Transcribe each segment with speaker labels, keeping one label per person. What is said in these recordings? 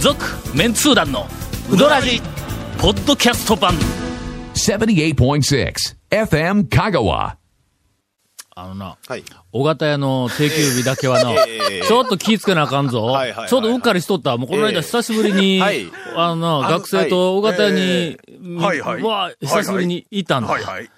Speaker 1: 続メンツー団のウドラジポッドキャスト版
Speaker 2: 78.6 FM Kagawa.
Speaker 1: あのな
Speaker 3: はい。
Speaker 1: 尾形屋の定休日だけ はな、ちょっと気ぃつけなあかんぞ
Speaker 3: はいはいはいは。い
Speaker 1: ちょっとうっかりしとった。もうこの
Speaker 3: え
Speaker 1: 間
Speaker 3: え
Speaker 1: 久しぶりに、
Speaker 3: はい
Speaker 1: あのな、
Speaker 3: あの
Speaker 1: 学生と尾形屋に、うん
Speaker 4: はいはい
Speaker 1: わ久しぶりに行ったんだ。
Speaker 4: はいはい。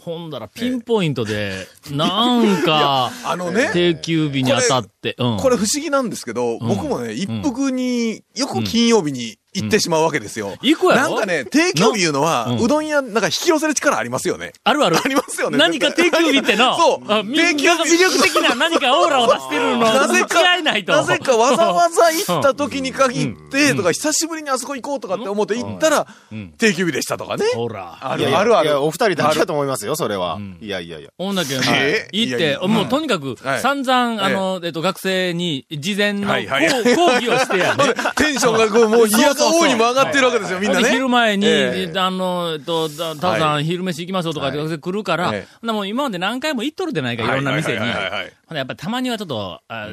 Speaker 1: ほんだらピンポイントで、なんか、
Speaker 4: あのね、
Speaker 1: 定休日に当たって、うん。
Speaker 4: これ不思議なんですけど、僕もね、一服に、よく金曜日に行ってしまうわけですよ。
Speaker 1: 行くやろ
Speaker 4: なんかね、定休日いうのは、
Speaker 1: うん
Speaker 4: うどん屋、なんか引き寄せる力ありますよね。
Speaker 1: あるある。
Speaker 4: ありますよね
Speaker 1: 何か定休日っての、
Speaker 4: そう
Speaker 1: あみ
Speaker 4: 定休日
Speaker 1: なんか魅力的な何かオーラを出してるの、向き合えないと。
Speaker 4: なぜかわざわざ行った時に限って、とか、久しぶりにあそこ行こうとかって思って行ったら
Speaker 1: ん、
Speaker 4: 定休日でしたとかね。
Speaker 1: ほら。
Speaker 4: あ
Speaker 3: いやい
Speaker 4: る
Speaker 3: や
Speaker 4: あるあ
Speaker 3: いや、
Speaker 4: る。
Speaker 3: お二人だけだと思いますよ、それは。いやいやいや。
Speaker 1: ほんだけどな
Speaker 4: え
Speaker 1: 行っ
Speaker 4: いやい
Speaker 1: て、
Speaker 4: や
Speaker 1: もうとにかく、
Speaker 4: はい
Speaker 1: 散々、あの、えっと、学生に、事前の、こ
Speaker 4: は
Speaker 1: う
Speaker 4: いはい
Speaker 1: 講義をしてやね。
Speaker 4: テンションがこう、もう、い
Speaker 1: そうそう
Speaker 4: やが
Speaker 1: そう
Speaker 4: 大いにも上がってるわけです よ、みんな
Speaker 1: ほで
Speaker 4: ね。
Speaker 1: 昼前に、
Speaker 4: ええ
Speaker 1: あの、えっと、だタオさん、
Speaker 4: は
Speaker 1: 昼飯行きましょうとかって
Speaker 4: はい
Speaker 1: 学生来るから、
Speaker 4: ええ
Speaker 1: ほんなもう今まで何回も行っとるでないか、いろんな店に。ほ
Speaker 4: はいはいはい
Speaker 1: ん
Speaker 4: はいはい
Speaker 1: でやっぱたまにはちょっと、あ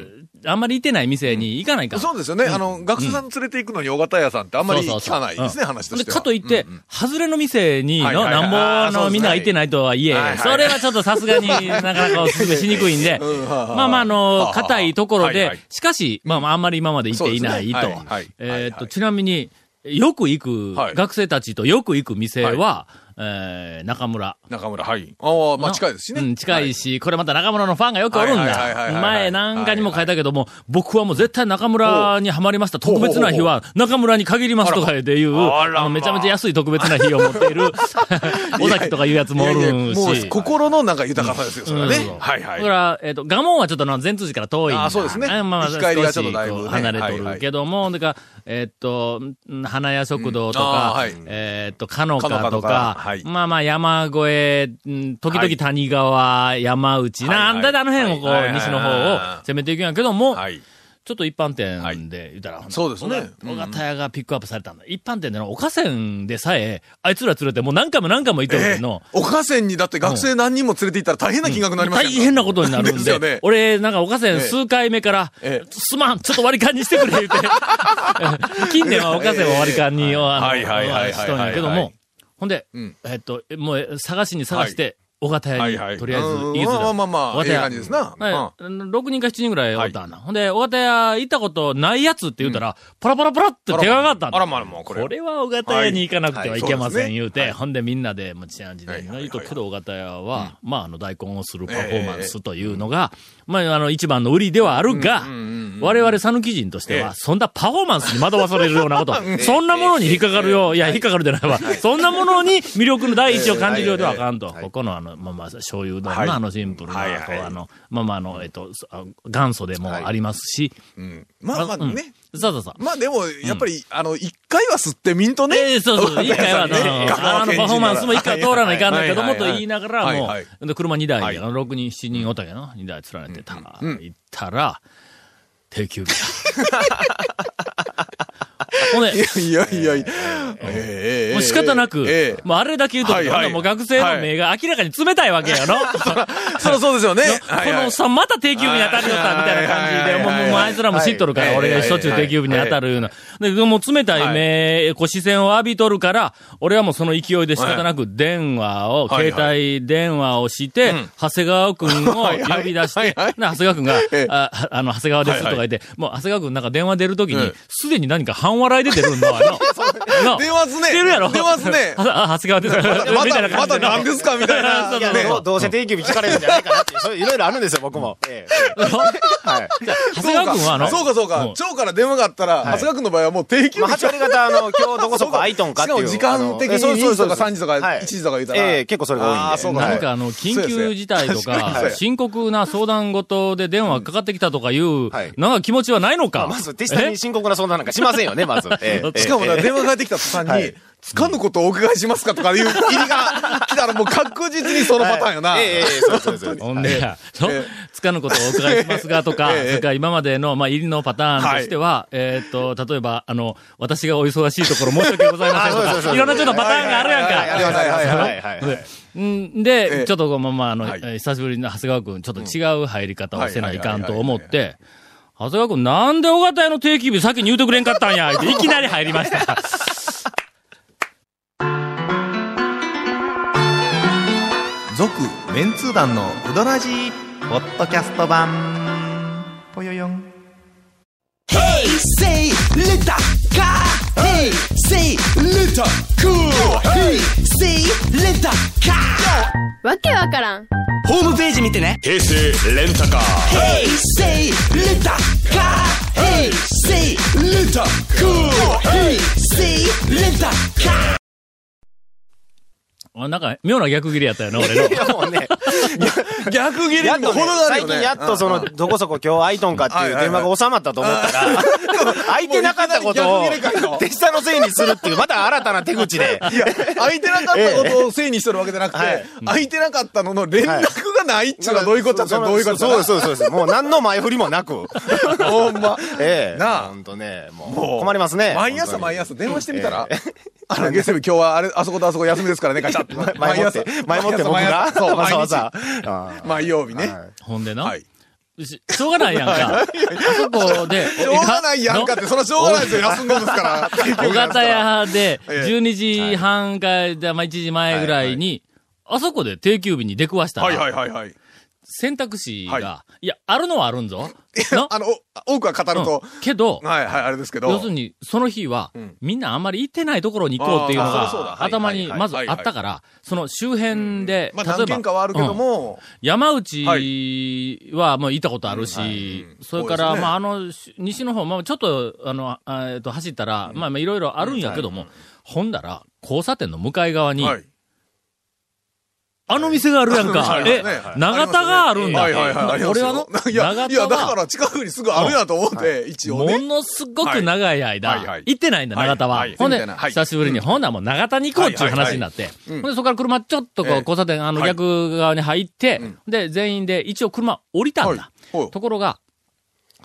Speaker 1: あんまり行ってない店に行かないか。
Speaker 4: そうですよね。あの、学生さん連れて行くのに、尾形屋さんってあんまり聞かないですね、話として
Speaker 1: で、
Speaker 4: は。
Speaker 1: かといって、外れの店に、
Speaker 4: はいはい
Speaker 1: の、
Speaker 4: はい
Speaker 1: な
Speaker 4: あ
Speaker 1: ん
Speaker 4: ー
Speaker 1: ぼ
Speaker 4: そうで
Speaker 1: の
Speaker 4: すね
Speaker 1: みんながいてないとはいえ
Speaker 4: はいは、い
Speaker 1: それはちょっとさす がになかなかお勧めしにくいんで、
Speaker 4: うんはあは
Speaker 1: ま
Speaker 4: あ
Speaker 1: あまあ、あ
Speaker 4: はあ
Speaker 1: の
Speaker 4: は、あ
Speaker 1: 硬いところ
Speaker 4: はいは
Speaker 1: で
Speaker 4: い、
Speaker 1: しかし、まあまあ、あんまり今まで行っていないと
Speaker 4: そうですねはいはい。
Speaker 1: えーっ
Speaker 4: はいは
Speaker 1: と、
Speaker 4: い
Speaker 1: ちなみに、よく行く、
Speaker 4: はい
Speaker 1: 学生たちとよく行く店は、えー中村。
Speaker 4: 中村、はい。ああ、まあ
Speaker 1: の
Speaker 4: 近いですしね。
Speaker 1: うん、近
Speaker 4: はい
Speaker 1: し、これまた中村のファンがよくおるん
Speaker 4: はいはいはいはい
Speaker 1: だ。
Speaker 4: はい
Speaker 1: 前なんかにも書いたけども、僕はもう絶対中村にはまりました。特別な日は中村に限りますとかでいう、あのめちゃめちゃ安い特別な日を持ってい る、 尾崎とかいうやつもお
Speaker 4: いやい
Speaker 1: る
Speaker 4: や
Speaker 1: し。
Speaker 4: もう心のなんか豊かさですよ、それはね
Speaker 1: うんそう。
Speaker 4: はいは
Speaker 1: だ
Speaker 4: い。
Speaker 1: から、えっ、と、ガモンはちょっとな、前通寺から遠いんだ
Speaker 4: あーそうですね
Speaker 1: あまあまあ、
Speaker 4: 行き帰りがちょ
Speaker 1: 少
Speaker 4: っと
Speaker 1: し
Speaker 4: だいぶね
Speaker 1: こう離れとるけども、だから、えっ、と、ん花屋食堂と
Speaker 4: うんあ
Speaker 1: か、
Speaker 4: ーはい
Speaker 1: えっ、と、かのかと
Speaker 4: か
Speaker 1: か、
Speaker 4: のかとかはい
Speaker 1: まあまあ、山越え、ん時
Speaker 4: は
Speaker 1: 々
Speaker 4: い
Speaker 1: 谷川、山内、
Speaker 4: はいはい
Speaker 1: なんだであの辺をこう、
Speaker 4: はいはいはい
Speaker 1: 西の方を攻めていくんやけども、
Speaker 4: はい。
Speaker 1: ちょっと一般店で言ったら、ほんと
Speaker 4: そうですね
Speaker 1: 小小型屋がピックアップされたんだ。一般店でのおかせんでさえ、あいつら連れてもう何回も何回も行っとるけ
Speaker 4: え
Speaker 1: どの、
Speaker 4: お母さんにだって学生何人も連れて行ったら大変な金額になります
Speaker 1: 大変なことになるん
Speaker 4: です
Speaker 1: で、
Speaker 4: よね。
Speaker 1: 俺、なんか、おかせん
Speaker 4: ええ
Speaker 1: 数回目から、
Speaker 4: ええ
Speaker 1: すまん、ちょっと割り勘にしてくれ、言 うて。近年はおかせんは割り勘に、あの
Speaker 4: はいはいはいはいはい
Speaker 1: しとんやけど
Speaker 4: はいはいは
Speaker 1: も、ほんで、
Speaker 4: うん
Speaker 1: えっと、もう、探しに探して、小型屋に、とりあえず、行
Speaker 4: うん
Speaker 1: き
Speaker 4: まあ
Speaker 1: づ
Speaker 4: まあまあ、ええ感じですな。
Speaker 1: は
Speaker 4: う
Speaker 1: い、6人か7人ぐらいおったな。ほんで、小型屋行ったことないやつって言うたら、パラパラパラって手がかかったんだ
Speaker 4: あらまあらまあこれ
Speaker 1: これは小型屋に行かなくてはいけま
Speaker 4: はい
Speaker 1: せ
Speaker 4: は
Speaker 1: ん
Speaker 4: い
Speaker 1: 言うて、ほんでみんなで、もちろん時代
Speaker 4: はい
Speaker 1: の
Speaker 4: はいい
Speaker 1: いと
Speaker 4: はい
Speaker 1: けど小型屋は、まああの大根をするパフォーマンスというのが、まああの一番の売りではあるが
Speaker 4: うんうんうんう、ん
Speaker 1: 我々讃岐人として
Speaker 4: え
Speaker 1: は、
Speaker 4: え
Speaker 1: そんなパフォーマンスに惑わされるよう なこと、そんなものに引っかかるよう、いや、引っかかるじゃないわ。そんなものに魅力の第一を感じるようではあかんと。ここのあの、まあまあ、醤油丼
Speaker 4: はい
Speaker 1: のあのシンプルな、
Speaker 4: はいはい
Speaker 1: こうあの、まあまああの、えっと、あ元祖でもありますし、
Speaker 4: んまあまあ
Speaker 1: うん
Speaker 4: ね。
Speaker 1: そうそうそう。
Speaker 4: まあでも、やっぱり、あの、一回は吸ってみんとね。
Speaker 1: ええそうそう、一回は、あの、あのパフォーマンスも一回通らないかんないけども、と言いながら、もう、で車2台、あの6人、7人おったけどな、2台連ねてた、行ったら、定休日だ。 ほんで、
Speaker 4: いやいやいや。ええ
Speaker 1: もう仕方なく、
Speaker 4: ええ
Speaker 1: もうあれだけ言うと、
Speaker 4: はい
Speaker 1: ほん
Speaker 4: はい
Speaker 1: ならもう学生の目が明らかに冷たいわけ やの。
Speaker 4: そうそうですよね。はい
Speaker 1: こ
Speaker 4: はい
Speaker 1: のさ、また定休日に当たるのさ、みたいな感じで、
Speaker 4: はい
Speaker 1: もう、
Speaker 4: はい
Speaker 1: もう、あいつらも知っとるから、
Speaker 4: はい
Speaker 1: 俺がしょっちゅう定休日に当たるような。で、もう冷たい目、こう視線を浴びとるから、俺はもうその勢いで仕方なく電話を、
Speaker 4: はい
Speaker 1: 携帯電話をして、長谷川くんを呼び出し
Speaker 4: は
Speaker 1: て
Speaker 4: いはい、
Speaker 1: な長谷川くんが
Speaker 4: ええ、
Speaker 1: ああの、長谷川ですとか言って、もう長谷川くんなんか電話出るときに
Speaker 4: ええ、
Speaker 1: すでに何か半笑いで出てるんだわ、 あのな
Speaker 4: 出ますね
Speaker 1: 出るやろ
Speaker 4: 出ますね
Speaker 1: ああ長谷川です。
Speaker 4: ま
Speaker 1: みたいな
Speaker 4: た、
Speaker 1: 感
Speaker 4: ま
Speaker 1: じ
Speaker 4: た
Speaker 1: でな
Speaker 4: 何ですかみたい
Speaker 1: そ
Speaker 4: な。
Speaker 1: う
Speaker 3: いや、
Speaker 1: そう
Speaker 3: どうどうせ定休日聞かれるんじゃないかなっていう、そういういろいろあるんですよ、僕も。ええはい。
Speaker 1: 長谷川くんはあの、
Speaker 4: そうかそう
Speaker 1: う
Speaker 4: か
Speaker 1: ん。
Speaker 4: 町から電話があったら、長谷川君の場合はもう定休
Speaker 3: まあ、8
Speaker 4: 日
Speaker 3: 割方、あの、今日どこそこ空いとんかっていう。
Speaker 4: しかも時間的に
Speaker 3: あのえそうそうそう
Speaker 4: 2時とか3時とか
Speaker 3: はい
Speaker 4: 1時とか言うたら
Speaker 3: ええ結構それが多いんで。
Speaker 4: あーそう
Speaker 3: は
Speaker 1: ないんかあの、緊急事態と
Speaker 4: そうです
Speaker 1: か、
Speaker 4: ね
Speaker 1: 深刻な相談事で電話かかってきたとかいう
Speaker 3: はい、
Speaker 1: なんか気持ちはないのか。
Speaker 3: まず、手下に深刻な相談なんかしませんよね、まず。ええ
Speaker 4: しかも
Speaker 3: ええ
Speaker 4: な、電話がかかってきた途
Speaker 3: は
Speaker 4: 端に
Speaker 3: い、
Speaker 4: つかぬことをお伺いしますかとかいう入りが来たらもう確実にそのパターンよな。
Speaker 3: ええええええそうそうそう。
Speaker 1: ほんで、そうつかぬことをお伺いしますがとか、そ
Speaker 4: ええ
Speaker 1: れから今までの、まあ、入りのパターンとしては、えーっと、例えば、あの、私がお忙しいところ申し訳ございません
Speaker 3: あそうそ
Speaker 1: と
Speaker 3: うそ
Speaker 1: か、
Speaker 3: う
Speaker 1: いろんなちょっとパターンがあるやん
Speaker 3: はい
Speaker 1: か。
Speaker 3: はいはいはいはいはい。
Speaker 1: んで、
Speaker 4: ええ
Speaker 1: ちょっとこうまあまあ、あの、
Speaker 4: はい
Speaker 1: えー久しぶりの長谷川くん、ちょっと違う入り方をせないかんと思って、長谷川君、なんで尾形屋の定期日先に言うてくれんかったん や、っていきなり入りました。
Speaker 5: 続メンツー団のウドラジポッドキャスト版ぽよよん
Speaker 6: Say little car. Hey, say little cool. Hey, say little car.
Speaker 7: わけわからん
Speaker 6: ホームページ見てね。
Speaker 8: 平成レンタカー
Speaker 6: Hey, say little car. Hey, say little cool. Hey, say little car.
Speaker 1: あなんか、妙な逆切れやったよな、俺の。
Speaker 3: いやもうね、
Speaker 4: 逆切れ
Speaker 3: やっ
Speaker 4: にも
Speaker 3: とね
Speaker 4: 程があ
Speaker 3: 最
Speaker 4: るよ
Speaker 3: 近
Speaker 4: ね。
Speaker 3: やっとそ の、どこそこ今日空いとんかっていう電話が収まったと思ったら、 空いてなかったこと
Speaker 4: もういきなり逆切れかよ
Speaker 3: を、 手下のせいにするっていう、また新たな手口で。
Speaker 4: いや、空いてなかったことをせいにしとるわけじゃなくて、
Speaker 3: はい
Speaker 4: 空いてなかったのの連絡がないっちゅうのはどういうことだったらどういうことだ
Speaker 3: そうです、そうですそうです。もう何の前振りもな く。
Speaker 4: ほんま。
Speaker 3: ええ。
Speaker 4: なあ
Speaker 3: ほんとね、も
Speaker 4: も
Speaker 3: う
Speaker 4: う
Speaker 3: 困りますね。
Speaker 4: 毎
Speaker 3: 本
Speaker 4: 朝
Speaker 3: 当に
Speaker 4: 毎朝電話してみたら、あの、月曜日今日はあれ、あそことあそこ休みですからね、ガチャッと。
Speaker 3: 前もって、前もって僕
Speaker 4: 毎
Speaker 3: が
Speaker 4: 朝、そ
Speaker 3: わ
Speaker 4: う、毎
Speaker 3: ざわ
Speaker 4: 日。
Speaker 3: ざ。ああ
Speaker 4: 毎曜日ね。
Speaker 1: ほんでな、
Speaker 4: はい。
Speaker 1: ししょうがないやんか。あそこで、
Speaker 4: しょうがないやんかって、それはしょうがないですよ、休んでますから。
Speaker 1: 尾形屋で、
Speaker 4: ええ
Speaker 1: 12時半か、じゃあまあ1時前ぐらいに、あそこで定休日に出く わしたら、
Speaker 4: はいはいはいはい。
Speaker 1: 選択肢が、、
Speaker 4: はい
Speaker 1: や、あるのはあるんぞ。な
Speaker 4: あの、お多くは語ると
Speaker 1: う、んけど、
Speaker 4: はいはい、あれですけど。
Speaker 1: 要するに、その日は、みんなあんまり行ってないところに行こうっていうの
Speaker 4: あーそうだそう
Speaker 1: が、
Speaker 4: だ
Speaker 1: 頭
Speaker 4: はい
Speaker 1: に
Speaker 4: はい
Speaker 1: まずあったから、その周辺で、
Speaker 4: まあ何件かはあるけど
Speaker 1: うん
Speaker 4: も、
Speaker 1: 山内はもう行ったことあるし、それか
Speaker 4: そう
Speaker 1: ら、
Speaker 4: ですね
Speaker 1: まあ、あの、し西の方、まあ、ちょっと、あの、あえっと、走ったら、まあまあ、いろいろあるんやけども、ほんだら、交差点の向かい側に
Speaker 4: は、い。
Speaker 1: あの店があるやんか。
Speaker 4: はい
Speaker 1: え
Speaker 4: はいは、い
Speaker 1: 長田があるんだ。
Speaker 4: はいはいはいあります
Speaker 1: 俺
Speaker 4: よ。
Speaker 1: はの、
Speaker 4: いや、いや
Speaker 1: 長田
Speaker 4: だか
Speaker 1: は、
Speaker 4: ら近くにすぐあるやと思って、一応
Speaker 1: も
Speaker 4: ね。
Speaker 1: のすごく長い
Speaker 4: はいはいは
Speaker 1: 間
Speaker 4: い、
Speaker 1: 行ってないんだ、
Speaker 4: はい
Speaker 1: 長田は
Speaker 4: はい。
Speaker 1: ほんで
Speaker 4: 行ってないは、い
Speaker 1: 久しぶりに、ほんならもう長田に行こうっていう話になって、ほんで、そこから車ちょっとこう、
Speaker 4: ええ
Speaker 1: 交差点、あの、
Speaker 4: はい
Speaker 1: 逆側に入って、で、全員で一応車降りたんだ。
Speaker 4: はいはい
Speaker 1: ところが、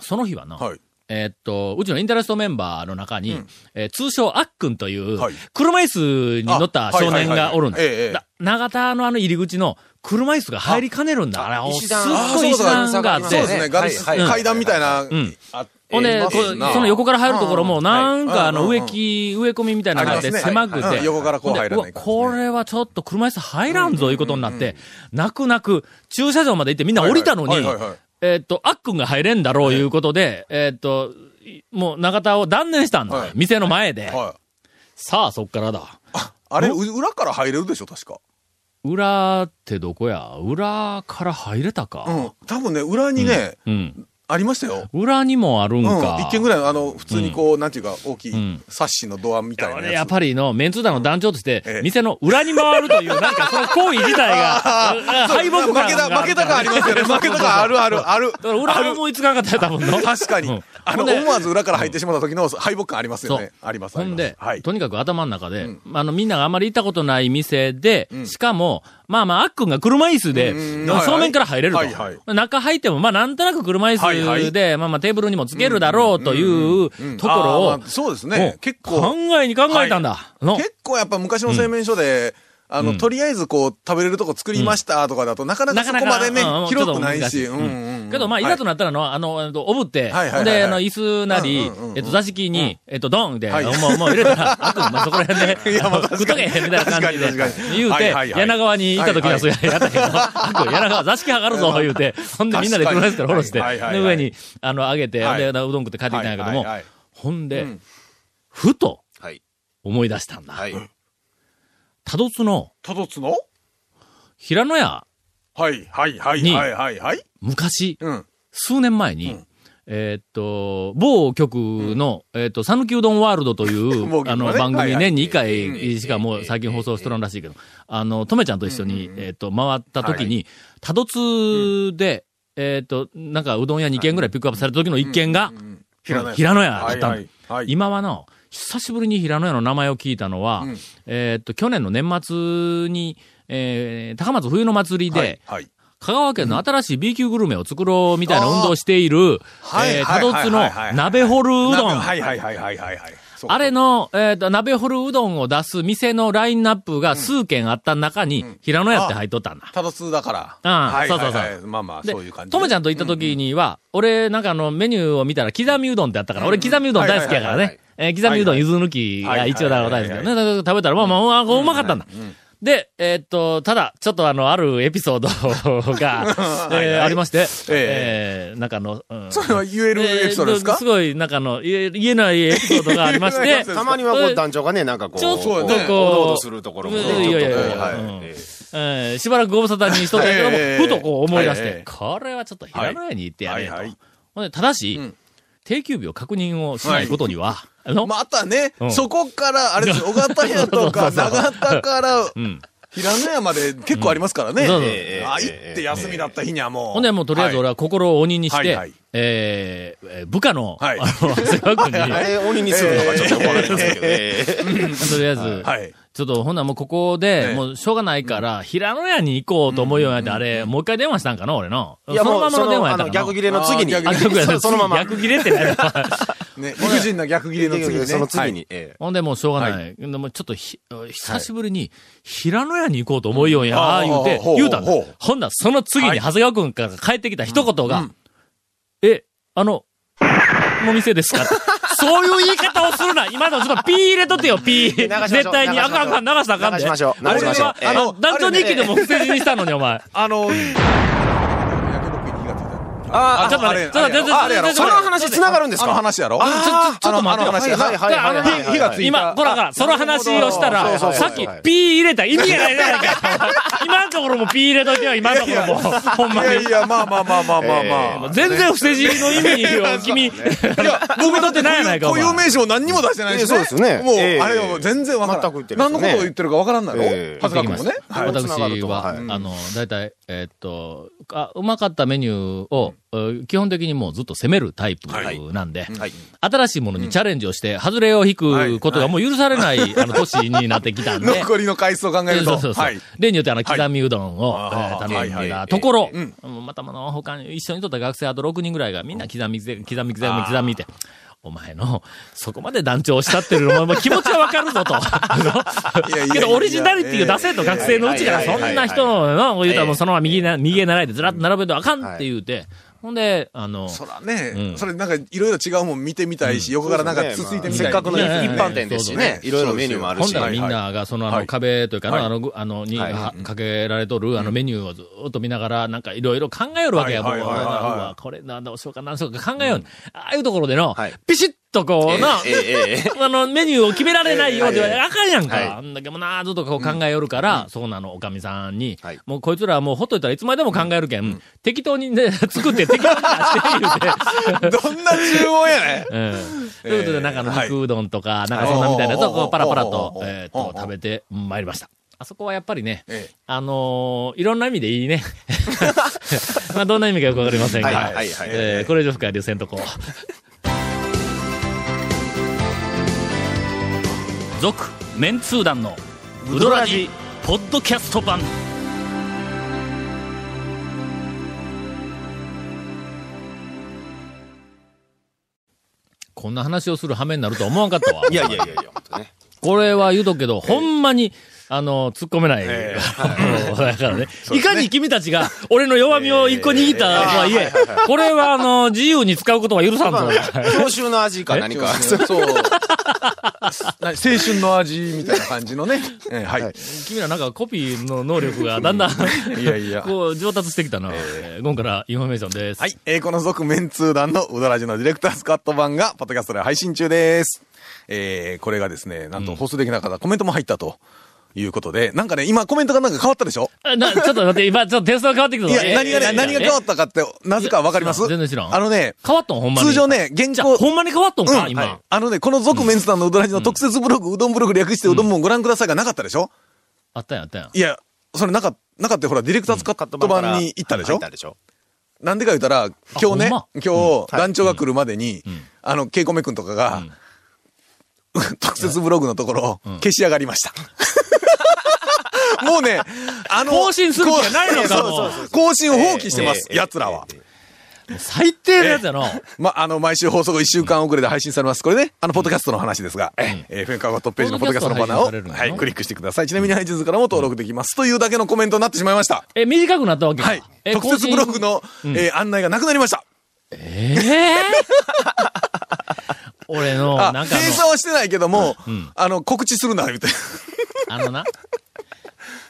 Speaker 1: その日はな、
Speaker 4: はい。
Speaker 1: えーっと、うちのインタレストメンバーの中に、えー通称あっくんという
Speaker 4: はい、
Speaker 1: 車椅子に乗った少年がおるんだ。
Speaker 4: あはいはいはいええええ
Speaker 1: だ長田のあの入り口の車椅子が入りかねるんだ。あれ、す
Speaker 3: 石
Speaker 1: っ
Speaker 3: 段
Speaker 1: ごい石段があっ
Speaker 3: あ
Speaker 4: そう
Speaker 1: て
Speaker 4: で。すね、ガラス
Speaker 1: はい
Speaker 4: 階段みたいな。
Speaker 1: ん
Speaker 4: あ
Speaker 1: ほんで、こうその横から入るところも、なんか、あ
Speaker 4: う
Speaker 1: の、
Speaker 4: んうんう
Speaker 1: 植
Speaker 4: ん
Speaker 1: 木、植え込みみたいなのがあって、
Speaker 4: ありますね
Speaker 1: 狭く
Speaker 4: はい
Speaker 1: て。
Speaker 4: うん横からこう入らない
Speaker 1: ほんでう
Speaker 4: 感
Speaker 1: わ
Speaker 4: じね
Speaker 1: これはちょっと車椅子入らんぞ、いうことになって、泣く泣く、駐車場まで行ってみんな降りたのに
Speaker 4: はいはいはいはいはい、
Speaker 1: えーっと、あっくんが入れんだろう、いうことで、えーっと、いもう中田を断念したん
Speaker 4: は
Speaker 1: だ
Speaker 4: い。
Speaker 1: 店の前で。
Speaker 4: はい。
Speaker 1: さあ、そっからだ。
Speaker 4: あれ、う裏から入れるでしょ、確か。
Speaker 1: 裏ってどこや裏から入れた
Speaker 4: う
Speaker 1: か。
Speaker 4: ん。多分ね、裏にね、
Speaker 1: うん。
Speaker 4: ありましたよ。
Speaker 1: 裏にもあるん
Speaker 4: うん。
Speaker 1: か。
Speaker 4: 一軒ぐらい、あの、普通にこう、なんていうか、大きい
Speaker 1: ん、
Speaker 4: サッシのドアみたいな
Speaker 1: 俺
Speaker 4: やつ。
Speaker 1: やっぱりの、メンツー団の団長として
Speaker 4: ええ、
Speaker 1: 店の裏に回る という、なんかその行為自体が、あ敗北感
Speaker 4: 負
Speaker 1: が
Speaker 4: けた、負けた感ありま すよね。負けた感あるあるある。
Speaker 1: だから裏は思いつかなかったよ、多分の。
Speaker 4: 確かに。
Speaker 1: うん
Speaker 4: あ
Speaker 1: ほ
Speaker 4: の、
Speaker 1: んで
Speaker 4: 思わず裏から入ってしまった時の敗北感ありますよ
Speaker 1: そ
Speaker 4: ね。
Speaker 1: う
Speaker 4: あります、
Speaker 1: ほんで、
Speaker 4: あります
Speaker 1: とにかく頭の中で、あの、みんながあまり行ったことない店で、しかも、まあまあ、あっくんが車椅子で、
Speaker 4: うん
Speaker 1: まあ
Speaker 4: はいはい
Speaker 1: 正面から入れると。
Speaker 4: はいはい
Speaker 1: 中入っても、まあなんとなく車椅子で、
Speaker 4: はい
Speaker 1: まあまあテーブルにもつけるだろうという
Speaker 4: はい。
Speaker 1: ところを、
Speaker 4: あーまあそうです
Speaker 1: も
Speaker 4: ね
Speaker 1: う。
Speaker 4: 結
Speaker 1: 考
Speaker 4: 構、
Speaker 1: えに考えたんだ。の
Speaker 4: 結構やっぱ昔の製麺所で、あの、とりあえずこう、食べれるとこ作りましたとかだと、なかなかそこまでね
Speaker 1: なかな、か
Speaker 4: 広くないし。
Speaker 1: う
Speaker 4: うん
Speaker 1: ちょっと難
Speaker 4: んうんうん
Speaker 1: けど、まあ、いざとなったらの、あの、えっとおぶって、
Speaker 4: はいはいはいはい
Speaker 1: ほんで、あの、椅子なり
Speaker 4: うんうんうんう、ん
Speaker 1: えっと、座敷に、えっと、ドンで、
Speaker 4: はい
Speaker 1: もう、もう入れたら、あくん、まあ、そこら辺で、
Speaker 4: いやま
Speaker 1: あ
Speaker 4: あ
Speaker 1: の食っとけ、みたいな感じで
Speaker 4: 確かに確か、に
Speaker 1: 言う
Speaker 4: は
Speaker 1: て
Speaker 4: いはい、はい
Speaker 1: 柳川に行った時には、
Speaker 4: はい
Speaker 1: そうややったけど、あくん、柳川座敷上がるぞ、言うて、ほんで、みんなで車ですから下ろして、
Speaker 4: はいはいはい
Speaker 1: で、上に、あの、上げて、ほんで、
Speaker 4: は
Speaker 1: うどん食って帰ってきたんやけど
Speaker 4: はい
Speaker 1: も
Speaker 4: はいはい、
Speaker 1: ほん
Speaker 4: う
Speaker 1: で
Speaker 4: ん、
Speaker 1: ふと
Speaker 3: はい、
Speaker 1: 思い出したんだ。
Speaker 3: はい。
Speaker 1: 多度津の、
Speaker 4: たどつの
Speaker 1: 平野屋、
Speaker 4: はい、はい、はい、
Speaker 1: に
Speaker 4: はい、はい、はい。
Speaker 1: 昔、
Speaker 4: うん。
Speaker 1: 数年前に、えーっと、某局の、えーっと、讃岐うどんワールドという、
Speaker 4: 某局
Speaker 1: あ
Speaker 4: のね
Speaker 1: の、番
Speaker 4: は
Speaker 1: 組
Speaker 4: いはい
Speaker 1: 年に1回しかもう最近放送しとらんらしいけど、あの、とめちゃんと一緒に、えーっと、回った時に、多度津で、えーっと、なんかうどん屋2軒ぐらいピックアップされた時の1軒が、
Speaker 4: 平野屋
Speaker 1: 平野屋だったんだ
Speaker 4: はいはいはい
Speaker 1: 今はの、久しぶりに平野屋の名前を聞いたのは、えーっと、去年の年末に、えー高松冬の祭りで、
Speaker 4: はい、はい。
Speaker 1: 香川県の新しい B 級グルメを作ろうみたいな運動をしている、
Speaker 4: はい
Speaker 1: えー、
Speaker 4: は
Speaker 1: 多
Speaker 4: い
Speaker 1: 度津の
Speaker 4: はいはいはい
Speaker 1: 鍋ホルうどん。
Speaker 4: はい、はい、はい、はい、はい。そうか
Speaker 1: あれの、えっ、と、鍋掘るうどんを出す店のラインナップが数件あった中に、平野屋って入っとったんだ。
Speaker 4: タロスだから。
Speaker 1: ああ
Speaker 4: はい
Speaker 1: そうそうそう
Speaker 4: はいはいまあまあ、
Speaker 1: で
Speaker 4: そういう感、じ。
Speaker 1: ともちゃ
Speaker 4: ん。
Speaker 1: んと行った時には、俺、なんかあの、メニューを見たら、刻みうどんってあったから、俺、刻みうどん大好きやから
Speaker 4: はいはいはいは
Speaker 1: ね
Speaker 4: い。
Speaker 1: えー刻みうどん、ゆず抜きが一応だろう大好きだよね。だから食べたら、まあまあまあ、うまかったんだ。で、えーっと、ただ、ちょっとあの、あるエピソード が、えーありまして、えーなんかあの、うん
Speaker 4: それは言えるエピソードです
Speaker 1: えー
Speaker 4: か
Speaker 1: すごい、なんかあの、言え言えないエピソードがありまし
Speaker 4: 言えない
Speaker 1: て
Speaker 4: エピソ、ード
Speaker 3: たまにはこう団長がね、なんかこう、
Speaker 1: ちょっとこう
Speaker 3: おどおどするところもね、
Speaker 1: い
Speaker 3: ちょっと
Speaker 1: やいやいや
Speaker 3: こうはい
Speaker 1: うん
Speaker 3: え
Speaker 1: えーしばらくご無沙汰にしとったけども、
Speaker 4: ええ
Speaker 1: ふとこう思い出して、
Speaker 4: ええ
Speaker 1: これはちょっと平野屋に行ってやれと。
Speaker 4: はいはい
Speaker 1: ほんでただし、
Speaker 4: ん
Speaker 1: 定休日を確認をしないことには、 あの、
Speaker 4: またね
Speaker 1: う、ん
Speaker 4: そこから、あ れです、小形屋とか、
Speaker 1: そうそうそう
Speaker 4: 長田から、
Speaker 1: ん
Speaker 4: 平野屋まで結構ありますからね。
Speaker 1: うんそうそう
Speaker 4: ええあ、行って休みだった日にはもう。
Speaker 1: ほんでもうとりあえず
Speaker 4: は
Speaker 1: 俺は心を鬼にして、
Speaker 4: はいはい
Speaker 1: えーえー部下の、
Speaker 4: はい
Speaker 1: あの、長谷川君に、
Speaker 3: えあれ、鬼にするのがちょっと困るんですけどね。
Speaker 1: とりあえず、
Speaker 4: いはい。
Speaker 1: ちょっとほんならもうここで、
Speaker 4: ええ
Speaker 1: もうしょうがないから、平野屋に行こうと思うようになって、あれ、もう一回電話したんかな、俺の。
Speaker 3: いや、
Speaker 1: その
Speaker 3: も
Speaker 1: ま
Speaker 3: う、
Speaker 1: ま
Speaker 3: そ
Speaker 1: の電
Speaker 3: の、
Speaker 1: 話や
Speaker 3: あ
Speaker 1: った
Speaker 3: の、
Speaker 1: んかな
Speaker 3: 逆切れの次に。
Speaker 4: あ
Speaker 1: あ
Speaker 4: 逆
Speaker 1: 逆や
Speaker 3: そそのまま。
Speaker 1: 逆切れってない
Speaker 4: ね、理不尽な逆切れの次に
Speaker 3: その
Speaker 4: ね。
Speaker 3: 次に。ええ
Speaker 1: ほんで、もうしょうがない。でもちょっとひ、久しぶりに、平野屋に行こうと思うよんや、
Speaker 4: ああ
Speaker 1: 言うて
Speaker 4: ほうほ、う
Speaker 1: 言うたんだ
Speaker 4: ほう。
Speaker 1: ほんならその次
Speaker 4: は
Speaker 1: に、
Speaker 4: い
Speaker 1: 長谷川くんから帰ってきた一言が、え、あの、この店 ですかそういう言い方をするな今のちょっとピー入れとってよ、ピー。
Speaker 3: 流しましょう
Speaker 1: 絶対に、
Speaker 3: 流しましょ
Speaker 1: あかん
Speaker 3: う
Speaker 1: あかん、流したらあかんで。
Speaker 3: 流しましょう
Speaker 1: 俺
Speaker 3: 流しましょう
Speaker 1: は、あの、
Speaker 4: ええ
Speaker 1: 団長日記でも不正にしたのに、お前。
Speaker 4: あの、薬毒に火がついた
Speaker 1: あちょっと待ってちょっと待って
Speaker 4: ああれやろ
Speaker 1: ちょっと待って
Speaker 3: その話繋がるんです
Speaker 4: あの
Speaker 3: か
Speaker 4: 話やろ
Speaker 1: ちょ、ちょちょっと待ってよ。
Speaker 4: あの話や
Speaker 3: はいはいはいはいはい
Speaker 4: 火火がついた。
Speaker 1: 今、ほらほら、その話をしたら、
Speaker 3: そうそう
Speaker 1: さ
Speaker 3: そう
Speaker 1: っき、ピー入れた意味がないじゃないか。 今のところもピー入れといてよ、今のところも。ほんま
Speaker 4: いや
Speaker 1: に
Speaker 4: い。や、まあまあまあまあまあまあ。
Speaker 1: 全然不正尻の意味を君、
Speaker 4: いや、
Speaker 1: 僕だってないやないか。お
Speaker 4: 固
Speaker 1: 前
Speaker 4: 有名詞も何にも出してないし、
Speaker 3: ええそうですね
Speaker 4: もう、
Speaker 3: ええ
Speaker 4: あれは全然わからん。
Speaker 3: 全く言ってないですね
Speaker 4: 何のことを言ってるかわからんだろ、
Speaker 3: ええ
Speaker 4: 長谷川君もね。
Speaker 1: はい
Speaker 3: はい繋がる
Speaker 1: 私
Speaker 3: と
Speaker 1: は、
Speaker 3: はい
Speaker 1: あの、大体、えーっとあ、うまかったメニューを、えー基本的にもうずっと攻めるタイプなんで、
Speaker 4: はい
Speaker 1: 新しいものにチャレンジをして、外れを引くことがもう許されない、あの、年になってきたんで。
Speaker 4: 残りの回数を考える
Speaker 1: そ
Speaker 4: と。
Speaker 1: うそうそう。
Speaker 4: はい。
Speaker 1: 例によってあの、刻みうどんを、
Speaker 4: はい
Speaker 1: えー
Speaker 4: あー
Speaker 1: 頼ん
Speaker 4: はい
Speaker 1: だ
Speaker 4: は
Speaker 1: ところ、
Speaker 4: ええ
Speaker 1: うんまたまの他に一緒にとった学生あと6人ぐらいがみんな刻み、刻み、刻み、刻み、刻みって。お前の、そこまで団長をしたってるのも、気持ちはわかる ぞと。あ
Speaker 4: いやい
Speaker 1: のけ
Speaker 4: や
Speaker 1: ど、オリジナリティを出せと、学生のうちから、
Speaker 3: いや
Speaker 1: そ
Speaker 3: いや
Speaker 1: んな人の、の言うたらもうそのまま右な、右へ習いでずらっと並べるとあかんって言うて、ほんで、あの、
Speaker 4: そらね、
Speaker 1: うん
Speaker 4: それなんかいろいろ違うもん見てみたいし、横からなんかつついてみたい。
Speaker 3: せっかくの
Speaker 1: い
Speaker 3: 一
Speaker 1: やいやいや
Speaker 3: 般店ですし
Speaker 4: そうそう
Speaker 3: ね。いろいろメニューもある
Speaker 1: 本
Speaker 3: し。
Speaker 1: 来はみん
Speaker 3: はい
Speaker 1: なが、その、あ
Speaker 4: は
Speaker 1: の、
Speaker 4: い
Speaker 1: 壁というか
Speaker 4: は
Speaker 1: の、
Speaker 4: い
Speaker 1: あの、ぐあの、に、
Speaker 3: はい
Speaker 1: はかけられとる、あの、メニューをずっと見ながら、なんか、いろいろ考えよるわけや、
Speaker 4: は
Speaker 1: 僕
Speaker 4: い
Speaker 1: は。う
Speaker 4: はいはいはい
Speaker 1: わこれ、なんだ、しようか、なんしようか、考えよう。ああいうところでの
Speaker 3: はい、
Speaker 1: ピシッとこう、な、
Speaker 3: ええええええ
Speaker 1: あの、メニューを決められないようで
Speaker 3: ええ
Speaker 1: はあかんやん
Speaker 3: はい
Speaker 1: か。んだけどなあ、ずっとこう考えよるから、そうなの、おかみさんに
Speaker 3: はい、
Speaker 1: もうこいつらはもうほっといたらいつまでも考えるけん、適当にね、作って適当に出して言うて。
Speaker 4: どんな注文やね
Speaker 1: うんということで、なんかあの
Speaker 4: はい
Speaker 1: 肉うどんとか、なんかそんなみたいなやつをこ
Speaker 4: お
Speaker 1: う
Speaker 4: う
Speaker 1: パラパラ
Speaker 4: おうおうお
Speaker 1: と
Speaker 4: う、おう
Speaker 1: えっと、食べてまいりました。あそこはやっぱりね
Speaker 4: ええ、
Speaker 1: あのー、いろんな意味でいいね。まあ、どんな意味かよくわかりません
Speaker 3: はいは
Speaker 1: が
Speaker 3: いはいはい、
Speaker 1: えーこれ以上深い流線とこう。続、メンツー団の、ウドラジ、ポッドキャスト版。こんな話をする羽目になるとは思わんかったわ。
Speaker 3: いやいやいやいや、本当 ね。
Speaker 1: これは言うとくけど、ほんまに、あの、突っ込めない。 だからね。いかに君たちが、俺の弱みを一個握ったとはいえ、これは、あの、自由に使うことは許さんぞ。
Speaker 3: 教習の味か何か。
Speaker 4: そう。な青春の味みたいな感じのね。ええはい。
Speaker 1: 君らなんかコピーの能力がだんだん、
Speaker 4: いやいや
Speaker 1: こう、上達してきたな。えーゴンからインフォメーションです。
Speaker 4: はい。えーこの続面通談のうどらじのディレクタースカット版が、パッドキャストで配信中です。えーこれがですね、なんと放送できなかったコメントも入ったということで、なんかね、今コメントがなんか変わったでしょ
Speaker 1: あなちょっと待って、今、ちょっとテイストが変わってきた
Speaker 4: い
Speaker 1: ぞえ
Speaker 4: や、
Speaker 1: ー
Speaker 4: 何がね、何が変わったかって、なぜかわかります
Speaker 1: いや知らん全然知らん
Speaker 4: あのね、
Speaker 1: 変わったんほんまに。
Speaker 4: 通常ね、現
Speaker 1: じゃあ、
Speaker 4: 行、
Speaker 1: ほんまに変わったんか、
Speaker 4: うん
Speaker 1: 今。
Speaker 4: はいあのね、この続メンツさんのうどらじの特設ブログ、うどんブログ略してうどんもご覧くださいがなかったでしょ
Speaker 1: あったんや、あったんや。
Speaker 4: いや、それなかった。なかったよほら、ディレクターズカット版に行ったでし
Speaker 3: 入
Speaker 4: ょ
Speaker 3: ったでしょ
Speaker 4: なんでか言ったら、今日
Speaker 1: あほん
Speaker 4: ね
Speaker 1: ま、
Speaker 4: 今日、団長が来るまでに、あの、ケイコメ君とかが、 特設ブログのところ、消し上がりました。 もうね、あの、
Speaker 1: 更新する気がないのかも
Speaker 4: そうそうそう更新を放棄してます、
Speaker 3: ええ
Speaker 4: 奴らは。
Speaker 1: もう最低のやつやの。
Speaker 4: まあ、あの、毎週放送後1週間遅れで配信されます。これね、あの、ポッドキャストの話ですが、ええー、フェンカーゴトップページのポッドキャストのバナー
Speaker 1: ポッドキャストの
Speaker 4: を、は
Speaker 1: 配信されるの
Speaker 4: い、クリックしてください。ちなみに iTunes からも登録できます。というだけのコメントになってしまいました。
Speaker 1: え、短くなったわけか。
Speaker 4: はい。
Speaker 1: え、
Speaker 4: 特設ブログの、えー案内がなくなりました。
Speaker 1: え え俺の、な
Speaker 4: あ、
Speaker 1: んかあ
Speaker 4: 掲
Speaker 1: の、
Speaker 4: 載はしてないけども、あの、告知するな、みたい
Speaker 1: あのな、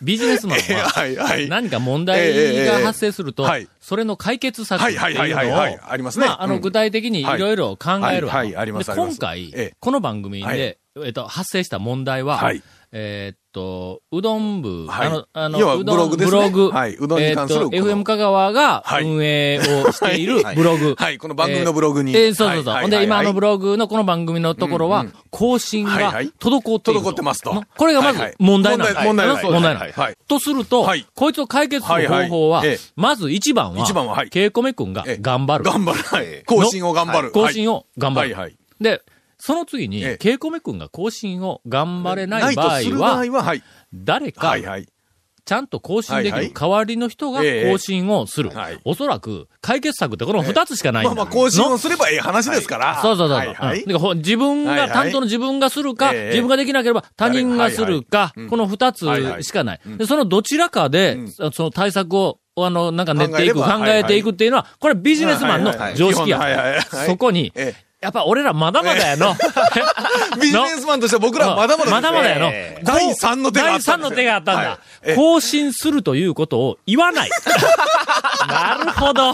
Speaker 1: ビジネスマン
Speaker 4: な。
Speaker 1: は、
Speaker 4: はい、はい。
Speaker 1: 何か問
Speaker 4: ええ
Speaker 1: 題
Speaker 4: ええ
Speaker 1: が
Speaker 4: ええ
Speaker 1: 発生すると
Speaker 4: はい、
Speaker 1: それの解決策っ
Speaker 4: は
Speaker 1: て
Speaker 4: い
Speaker 1: いう
Speaker 4: はいはいはい
Speaker 1: のを
Speaker 4: はい、ありますね
Speaker 1: まあ、あの、
Speaker 4: うん
Speaker 1: 具体的にいろいろ考えるわ
Speaker 4: はいはいはいあります
Speaker 1: で
Speaker 4: あります
Speaker 1: 今回
Speaker 4: ええ、
Speaker 1: この番組
Speaker 4: はい
Speaker 1: で、えっと、発生した問題は
Speaker 4: はい、
Speaker 1: えーっと、うどん部、
Speaker 4: はい
Speaker 1: あの、あ
Speaker 4: 要は
Speaker 1: の、うどん
Speaker 4: ブログですね
Speaker 1: ブログ
Speaker 4: はいうどんに関する
Speaker 1: えーっと
Speaker 4: この
Speaker 1: FM 香川が
Speaker 4: はい
Speaker 1: 運営をしている
Speaker 4: はい
Speaker 1: ブログ。
Speaker 4: はいこの番組のブログに
Speaker 1: えーえーそうそうそう。
Speaker 4: はい
Speaker 1: ほんで、今あ
Speaker 4: はいは
Speaker 1: の
Speaker 4: い
Speaker 1: ブログのこの番組のところは、更新
Speaker 4: はい
Speaker 1: が
Speaker 4: はい
Speaker 1: 滞っている
Speaker 4: 滞ってますと
Speaker 1: なこれがまず
Speaker 4: はいはい
Speaker 1: 問題なんだ。
Speaker 4: 問題
Speaker 1: な
Speaker 4: 問題ない
Speaker 1: 問題な
Speaker 4: は
Speaker 1: ん
Speaker 4: いはい
Speaker 1: だ。とすると
Speaker 4: はい、
Speaker 1: こいつを解決する方法は
Speaker 4: はいはいええ、
Speaker 1: まず一番は、
Speaker 4: 一番ははい
Speaker 1: ケイコメ君が
Speaker 4: ええ
Speaker 1: 頑張る。
Speaker 4: 頑張る。はい。更新を頑張る。
Speaker 1: 更新
Speaker 4: を
Speaker 1: を頑張
Speaker 4: はい
Speaker 1: る。
Speaker 4: はい。
Speaker 1: で、その次に
Speaker 4: ええ、
Speaker 1: ケイコメ君が更新を頑張れな
Speaker 4: ないい
Speaker 1: 場合
Speaker 4: とする場合
Speaker 1: は、
Speaker 4: は、はい。
Speaker 1: 誰か
Speaker 4: はいはい。
Speaker 1: ちゃんと更新でき
Speaker 4: はいは
Speaker 1: る
Speaker 4: い
Speaker 1: 代わりの人が
Speaker 4: ええ
Speaker 1: 更新をする
Speaker 4: はい。
Speaker 1: おそらく解決策ってこの二つしかないん
Speaker 4: まあ
Speaker 1: だ
Speaker 4: まあ、更新をすればええ話ですから。
Speaker 1: そうそうそう。
Speaker 4: はいはい
Speaker 1: うん。でほ自分
Speaker 4: はいは
Speaker 1: が、
Speaker 4: い
Speaker 1: 担当の自分がするか、
Speaker 4: ええ
Speaker 1: 自分ができなければ他人がするか、
Speaker 4: はいはいうん
Speaker 1: この二つ
Speaker 4: はいはい
Speaker 1: しかない。で、そのどちらかで、
Speaker 4: うん
Speaker 1: その対策を、あの、なんか練っていく、
Speaker 4: 考えれば
Speaker 1: 考えていくっていうのは、これビジネスマンの
Speaker 4: はいはいはい
Speaker 1: 常識や。
Speaker 4: 基本はいはいはい
Speaker 1: そこに、
Speaker 4: え
Speaker 1: やっぱ俺らまだまだやの。
Speaker 4: え ビジネスマンとして僕らはまだまだですね。
Speaker 1: まだまだやの
Speaker 4: ええ第三の手があ
Speaker 1: 第
Speaker 4: ったん
Speaker 1: 三
Speaker 4: ですよ。
Speaker 1: の手があったんだ。
Speaker 4: ええ
Speaker 1: 更新するということを言わ ない。なるほど。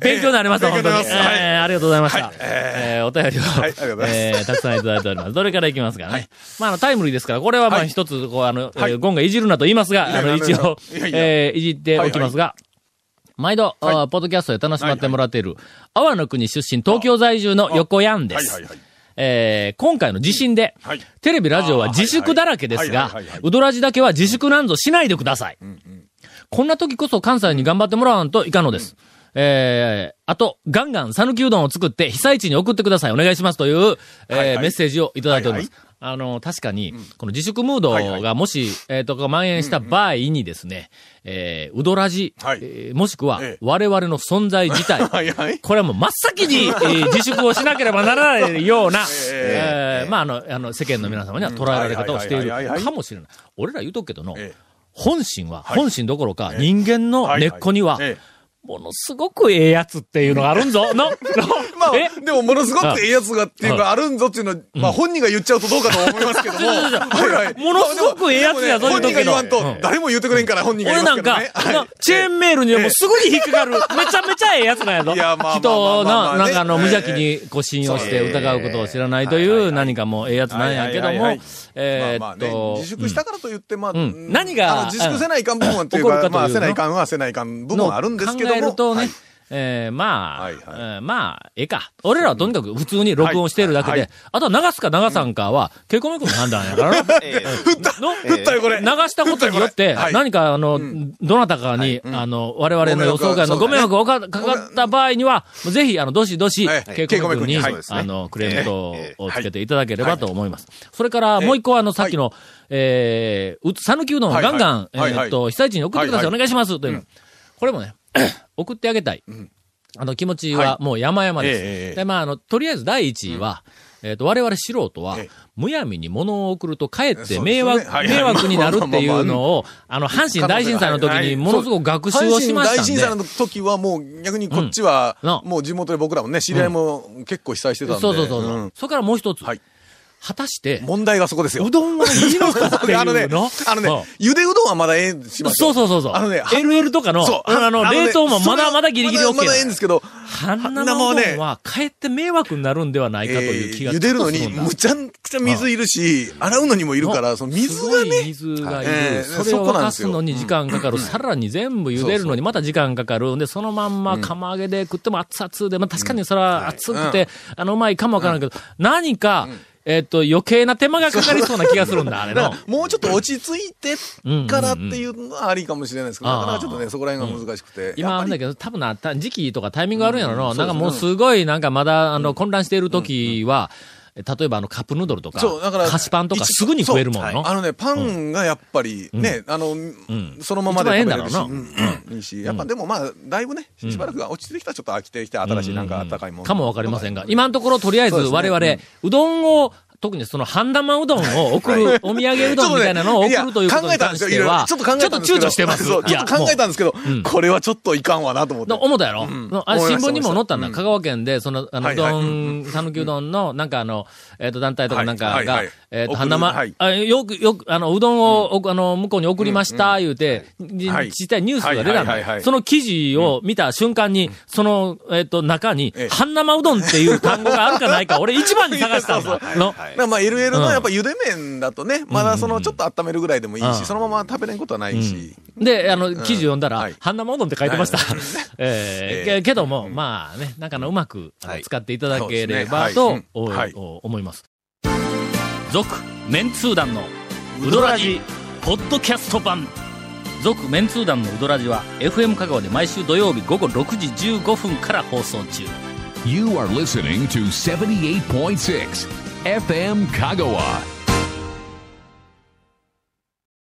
Speaker 1: 勉強になりました、
Speaker 4: ええ
Speaker 1: 本当に。
Speaker 4: 勉強になります
Speaker 1: ええありがとうございました。え
Speaker 4: え
Speaker 1: えお便りを、
Speaker 4: いありがとうございます
Speaker 1: ええたくさんいただいております。どれからいきますかね。まあ、あの、タイムリーですから、これはまあ
Speaker 4: はい
Speaker 1: 一つ、こう、あの、ええゴンがいじるなと言いますが、あの、
Speaker 4: いや
Speaker 1: 一応、
Speaker 4: いやいや
Speaker 1: ええいじっておきますが、毎度、あポッドキャストで楽しまってもらっている、阿波の国出身、東京在住の横山で
Speaker 4: はい
Speaker 1: す
Speaker 4: はい。はい。
Speaker 1: えー今回の地震で、
Speaker 4: はい
Speaker 1: テレビ、ラジオは自粛だらけです
Speaker 4: あー
Speaker 1: が
Speaker 4: はいはいはいはいはい、
Speaker 1: ウドラジだけは自粛なんぞしないでください。こんな時こそ関西に頑張ってもらわんといかんのです。えー、あと、ガンガン讃岐うどんを作って被災地に送ってください。お願いしますという、えー
Speaker 4: はいはい
Speaker 1: メッセージをいただいております。
Speaker 4: は
Speaker 1: あの、確かに、この自粛ムード
Speaker 4: はいは
Speaker 1: がもし、えーと、蔓延した場合にですね、えー、ウドラジ、
Speaker 4: はい
Speaker 1: えーもしくは
Speaker 4: ええ、
Speaker 1: 我々の存在自 体、
Speaker 4: はいはい。
Speaker 1: これはもう真っ先 に、えー自粛をしなければならないような、えーまあ、あの、あの、世間の皆様には捉えられ方をしている
Speaker 4: はいはいはいはいはい
Speaker 1: かもしれない。俺ら言うとくけどの、
Speaker 4: ええ
Speaker 1: 本心は、
Speaker 4: い
Speaker 1: 本心どころか、人間の根っこには、
Speaker 4: え
Speaker 1: ものすごくええやつっていうのがあるんぞ、 の、の、
Speaker 4: えまあ
Speaker 1: え、
Speaker 4: でもものすごくええやつがっていう
Speaker 1: は
Speaker 4: か、あるんぞっていうのは、まあ本人が言っちゃうとどうかと思いますけども。
Speaker 1: そうそうそう
Speaker 4: はいはい
Speaker 1: ものすごくええやつやぞ
Speaker 4: まあでもね
Speaker 1: 言うとくけ
Speaker 4: 本人
Speaker 1: ど
Speaker 4: が言わんと、誰も言ってくれんから本人が
Speaker 1: 俺
Speaker 4: 言いま
Speaker 1: なん
Speaker 4: すけど
Speaker 1: か
Speaker 4: ね。、
Speaker 1: なチェーンメールにはもうすぐに引っかかる、めちゃめちゃええやつなんやぞ。
Speaker 4: いやまあ
Speaker 1: 人を
Speaker 4: まあまあまあ
Speaker 1: な、な
Speaker 4: まあ
Speaker 1: ん
Speaker 4: ね
Speaker 1: かあの、
Speaker 4: ええ
Speaker 1: 無邪気にこう信用して疑うことを知らないという、何かもうええやつなんやけど
Speaker 4: はいは
Speaker 1: も
Speaker 4: いはいはい、
Speaker 1: え
Speaker 4: ま
Speaker 1: ー
Speaker 4: あまあ
Speaker 1: っ
Speaker 4: ね
Speaker 1: と、
Speaker 4: 自粛したからと言って、まあ、
Speaker 1: ん何が
Speaker 4: あの自粛せないかん部分はっていう
Speaker 1: うん起こ
Speaker 4: か、
Speaker 1: るかという
Speaker 4: まあ、
Speaker 1: の
Speaker 4: せないかんはせないかん部分はあるんですけども。
Speaker 1: 考えるとね、
Speaker 4: はい
Speaker 1: えーまあ、
Speaker 4: はいはい
Speaker 1: えーまあ、ええか。俺らはとにかく普通に録音しているだけで、
Speaker 4: はいはい
Speaker 1: あとは流すか流さんかは、ケコメ君の判断やからな。
Speaker 3: ええ
Speaker 1: 振った
Speaker 4: 振 ったよこれ
Speaker 1: 流したことによって、
Speaker 4: はい
Speaker 1: 何か、あの、どなたかに、あの、我々の予想外のご
Speaker 4: ご
Speaker 1: 迷
Speaker 4: 迷
Speaker 1: 惑がかかった場合には、ぜひ、あの、どしどし
Speaker 4: はい、
Speaker 1: ケイコメ君に、
Speaker 4: ケイコメ君にはい
Speaker 1: あの、クレーム等
Speaker 3: え
Speaker 1: をつけていただければと思います。それから、もう一個は、あの、さっきの、えー、うつ、さぬきうどんをガンガン、
Speaker 4: はいはいはい
Speaker 1: えーっと、被災地に送ってください、
Speaker 4: はいはい
Speaker 1: お願いします、というの。これもね、 送ってあげたい。あの、気持ちはもう山々です。
Speaker 4: ええええ
Speaker 1: で、まあ、あの、とりあえず第一位は、えっ、と、我々素人は、
Speaker 4: ええ
Speaker 1: むやみに物を送るとかえって
Speaker 4: そうですね
Speaker 1: 迷惑、
Speaker 4: はいはい
Speaker 1: 迷惑になるっていうのを、あの、阪神大震災の時にものすごく学習をしました
Speaker 4: 阪神大震災
Speaker 1: んで。
Speaker 4: の時はもう逆にこっちは
Speaker 1: うんな、
Speaker 4: もう地元で僕らもね、知り合いも結構被災してたん
Speaker 1: そう
Speaker 4: で。
Speaker 1: そうそうそう、
Speaker 4: うん
Speaker 1: それからもう一つ。
Speaker 4: はい
Speaker 1: 果たして、
Speaker 4: 問題がそこですよ。
Speaker 1: うどんはいいのか ってい
Speaker 4: あのね
Speaker 1: うの、
Speaker 4: あのね
Speaker 1: そ、
Speaker 4: ゆでうどんはまだええし
Speaker 1: う
Speaker 4: まし
Speaker 1: そ
Speaker 4: ょ
Speaker 1: うそうそうそう。
Speaker 4: あのね、は
Speaker 1: LL とかの、
Speaker 4: そう
Speaker 1: あの、
Speaker 4: ね
Speaker 1: 冷凍もま
Speaker 4: そ
Speaker 1: だ
Speaker 4: れ
Speaker 1: まだギリギリ OK な
Speaker 4: まだまだええんですけど、
Speaker 1: あんな
Speaker 4: あんなも
Speaker 1: の
Speaker 4: んね
Speaker 1: は、かえって迷惑になるんではないかという気が
Speaker 4: えー茹でるのに、
Speaker 1: ちょっとすんだ
Speaker 4: むちゃくちゃ水いるし、洗うのにもいるから、その水
Speaker 1: す
Speaker 4: が
Speaker 1: ごい
Speaker 4: ね、
Speaker 1: 水がい
Speaker 4: はいえ
Speaker 1: る。
Speaker 4: え
Speaker 1: それを
Speaker 4: そこ
Speaker 1: 沸
Speaker 4: なん
Speaker 1: か
Speaker 4: です
Speaker 1: す
Speaker 4: よ
Speaker 1: のに時間かかる。さらに全部茹でるのにまた時間かかる。んで、そのまんま釜揚げで食っても熱々で、まあ確かにそれは熱くて、あの、うまいかもわからんけど、何か、えっと、余計な手間がかかりそうな気がするんだ、あ れ
Speaker 4: だ
Speaker 1: の
Speaker 4: か。らもうちょっと落ち着いてからっていうのはありかもしれないですけど、
Speaker 1: うんうん
Speaker 4: なかなかちょっとね、そこら辺が難しくて。
Speaker 1: 今あるんだ
Speaker 4: け
Speaker 1: けど、多分な、た時期とかタイミングがあるんやろの、なんかもうすごい、なんかまだ、あの、混乱している時は、例えばあのカップヌードルとか、
Speaker 4: そうだから
Speaker 1: 菓子パンとか
Speaker 4: 一
Speaker 1: すぐに食えるもん
Speaker 4: そ
Speaker 1: の
Speaker 4: う。あのね、パンがやっぱりね、あの、そのままで食べれる
Speaker 1: 一
Speaker 4: し、
Speaker 1: 番ええ
Speaker 4: うんいいし、やっぱでもまあ、だいぶね、しばらくは落ち着いてきたらちょっと飽きてきて、新しいなんかあったかいもの。
Speaker 1: かもわかりませんが、今のところとりあえず
Speaker 4: そうですね
Speaker 1: 我々、うどんを、特にその、半玉うどんを送 る、お土産うどんみたいなのを
Speaker 4: ちょっ
Speaker 1: 送るということに関しては、
Speaker 4: とねいや考えたんですよいろいろちょっと考えたんです
Speaker 1: ちょっ
Speaker 4: け
Speaker 1: と躊
Speaker 4: ど
Speaker 1: 躇してます。
Speaker 4: そうちょっと考えたんですけど
Speaker 1: うん、
Speaker 4: これはちょっといかんわなと思って
Speaker 1: の。思ったやろ、のあ
Speaker 4: 思い
Speaker 1: 新
Speaker 4: ました
Speaker 1: 聞にも載ったんだ。
Speaker 4: 思いました
Speaker 1: 香川県で、その、あの、
Speaker 4: は
Speaker 1: う
Speaker 4: いはい
Speaker 1: どん、讃岐うどんの、なんかあの、えっ、と、団体とかなんか
Speaker 4: はい
Speaker 1: が、
Speaker 4: はいはい
Speaker 1: えっ、と、
Speaker 4: 送
Speaker 1: 半
Speaker 4: る
Speaker 1: 生、
Speaker 4: はい
Speaker 1: あ、よく、よく、あの、うどんを、おあの、向こうに送りました、言うて、じ
Speaker 4: はい
Speaker 1: ちっちゃいニュースが出たん
Speaker 4: はいはいはいは
Speaker 1: だ。
Speaker 4: い
Speaker 1: その記事を見た瞬間に、その、えっ、と、中に
Speaker 4: ええ、
Speaker 1: 半生うどんっていう単語があるかないか、俺一番に探したん
Speaker 4: そう
Speaker 1: だ
Speaker 4: そ。
Speaker 1: の、
Speaker 4: だからまあ LL
Speaker 1: うん
Speaker 4: のやっぱ茹で麺だとね、まだそのちょっと温めるぐらいでもいい
Speaker 1: うん
Speaker 4: し、そのまま食べれんことはないし。
Speaker 1: で、あの、記事読んだら、
Speaker 4: は
Speaker 1: 半
Speaker 4: い
Speaker 1: 生うどんって書いてました。 えー
Speaker 4: え
Speaker 1: けけども、まあね、なんかのうまくあの使っていただければ
Speaker 4: そう
Speaker 1: と
Speaker 4: ですね、
Speaker 1: お
Speaker 4: はい
Speaker 1: お思います。続、メンツー団のウドラジ、ポッドキャスト版。続、メンツー団のウドラジは、FM 香川で毎週土曜日午後6時15分から放送中。
Speaker 2: You are listening to 78.6 FM Kagawa.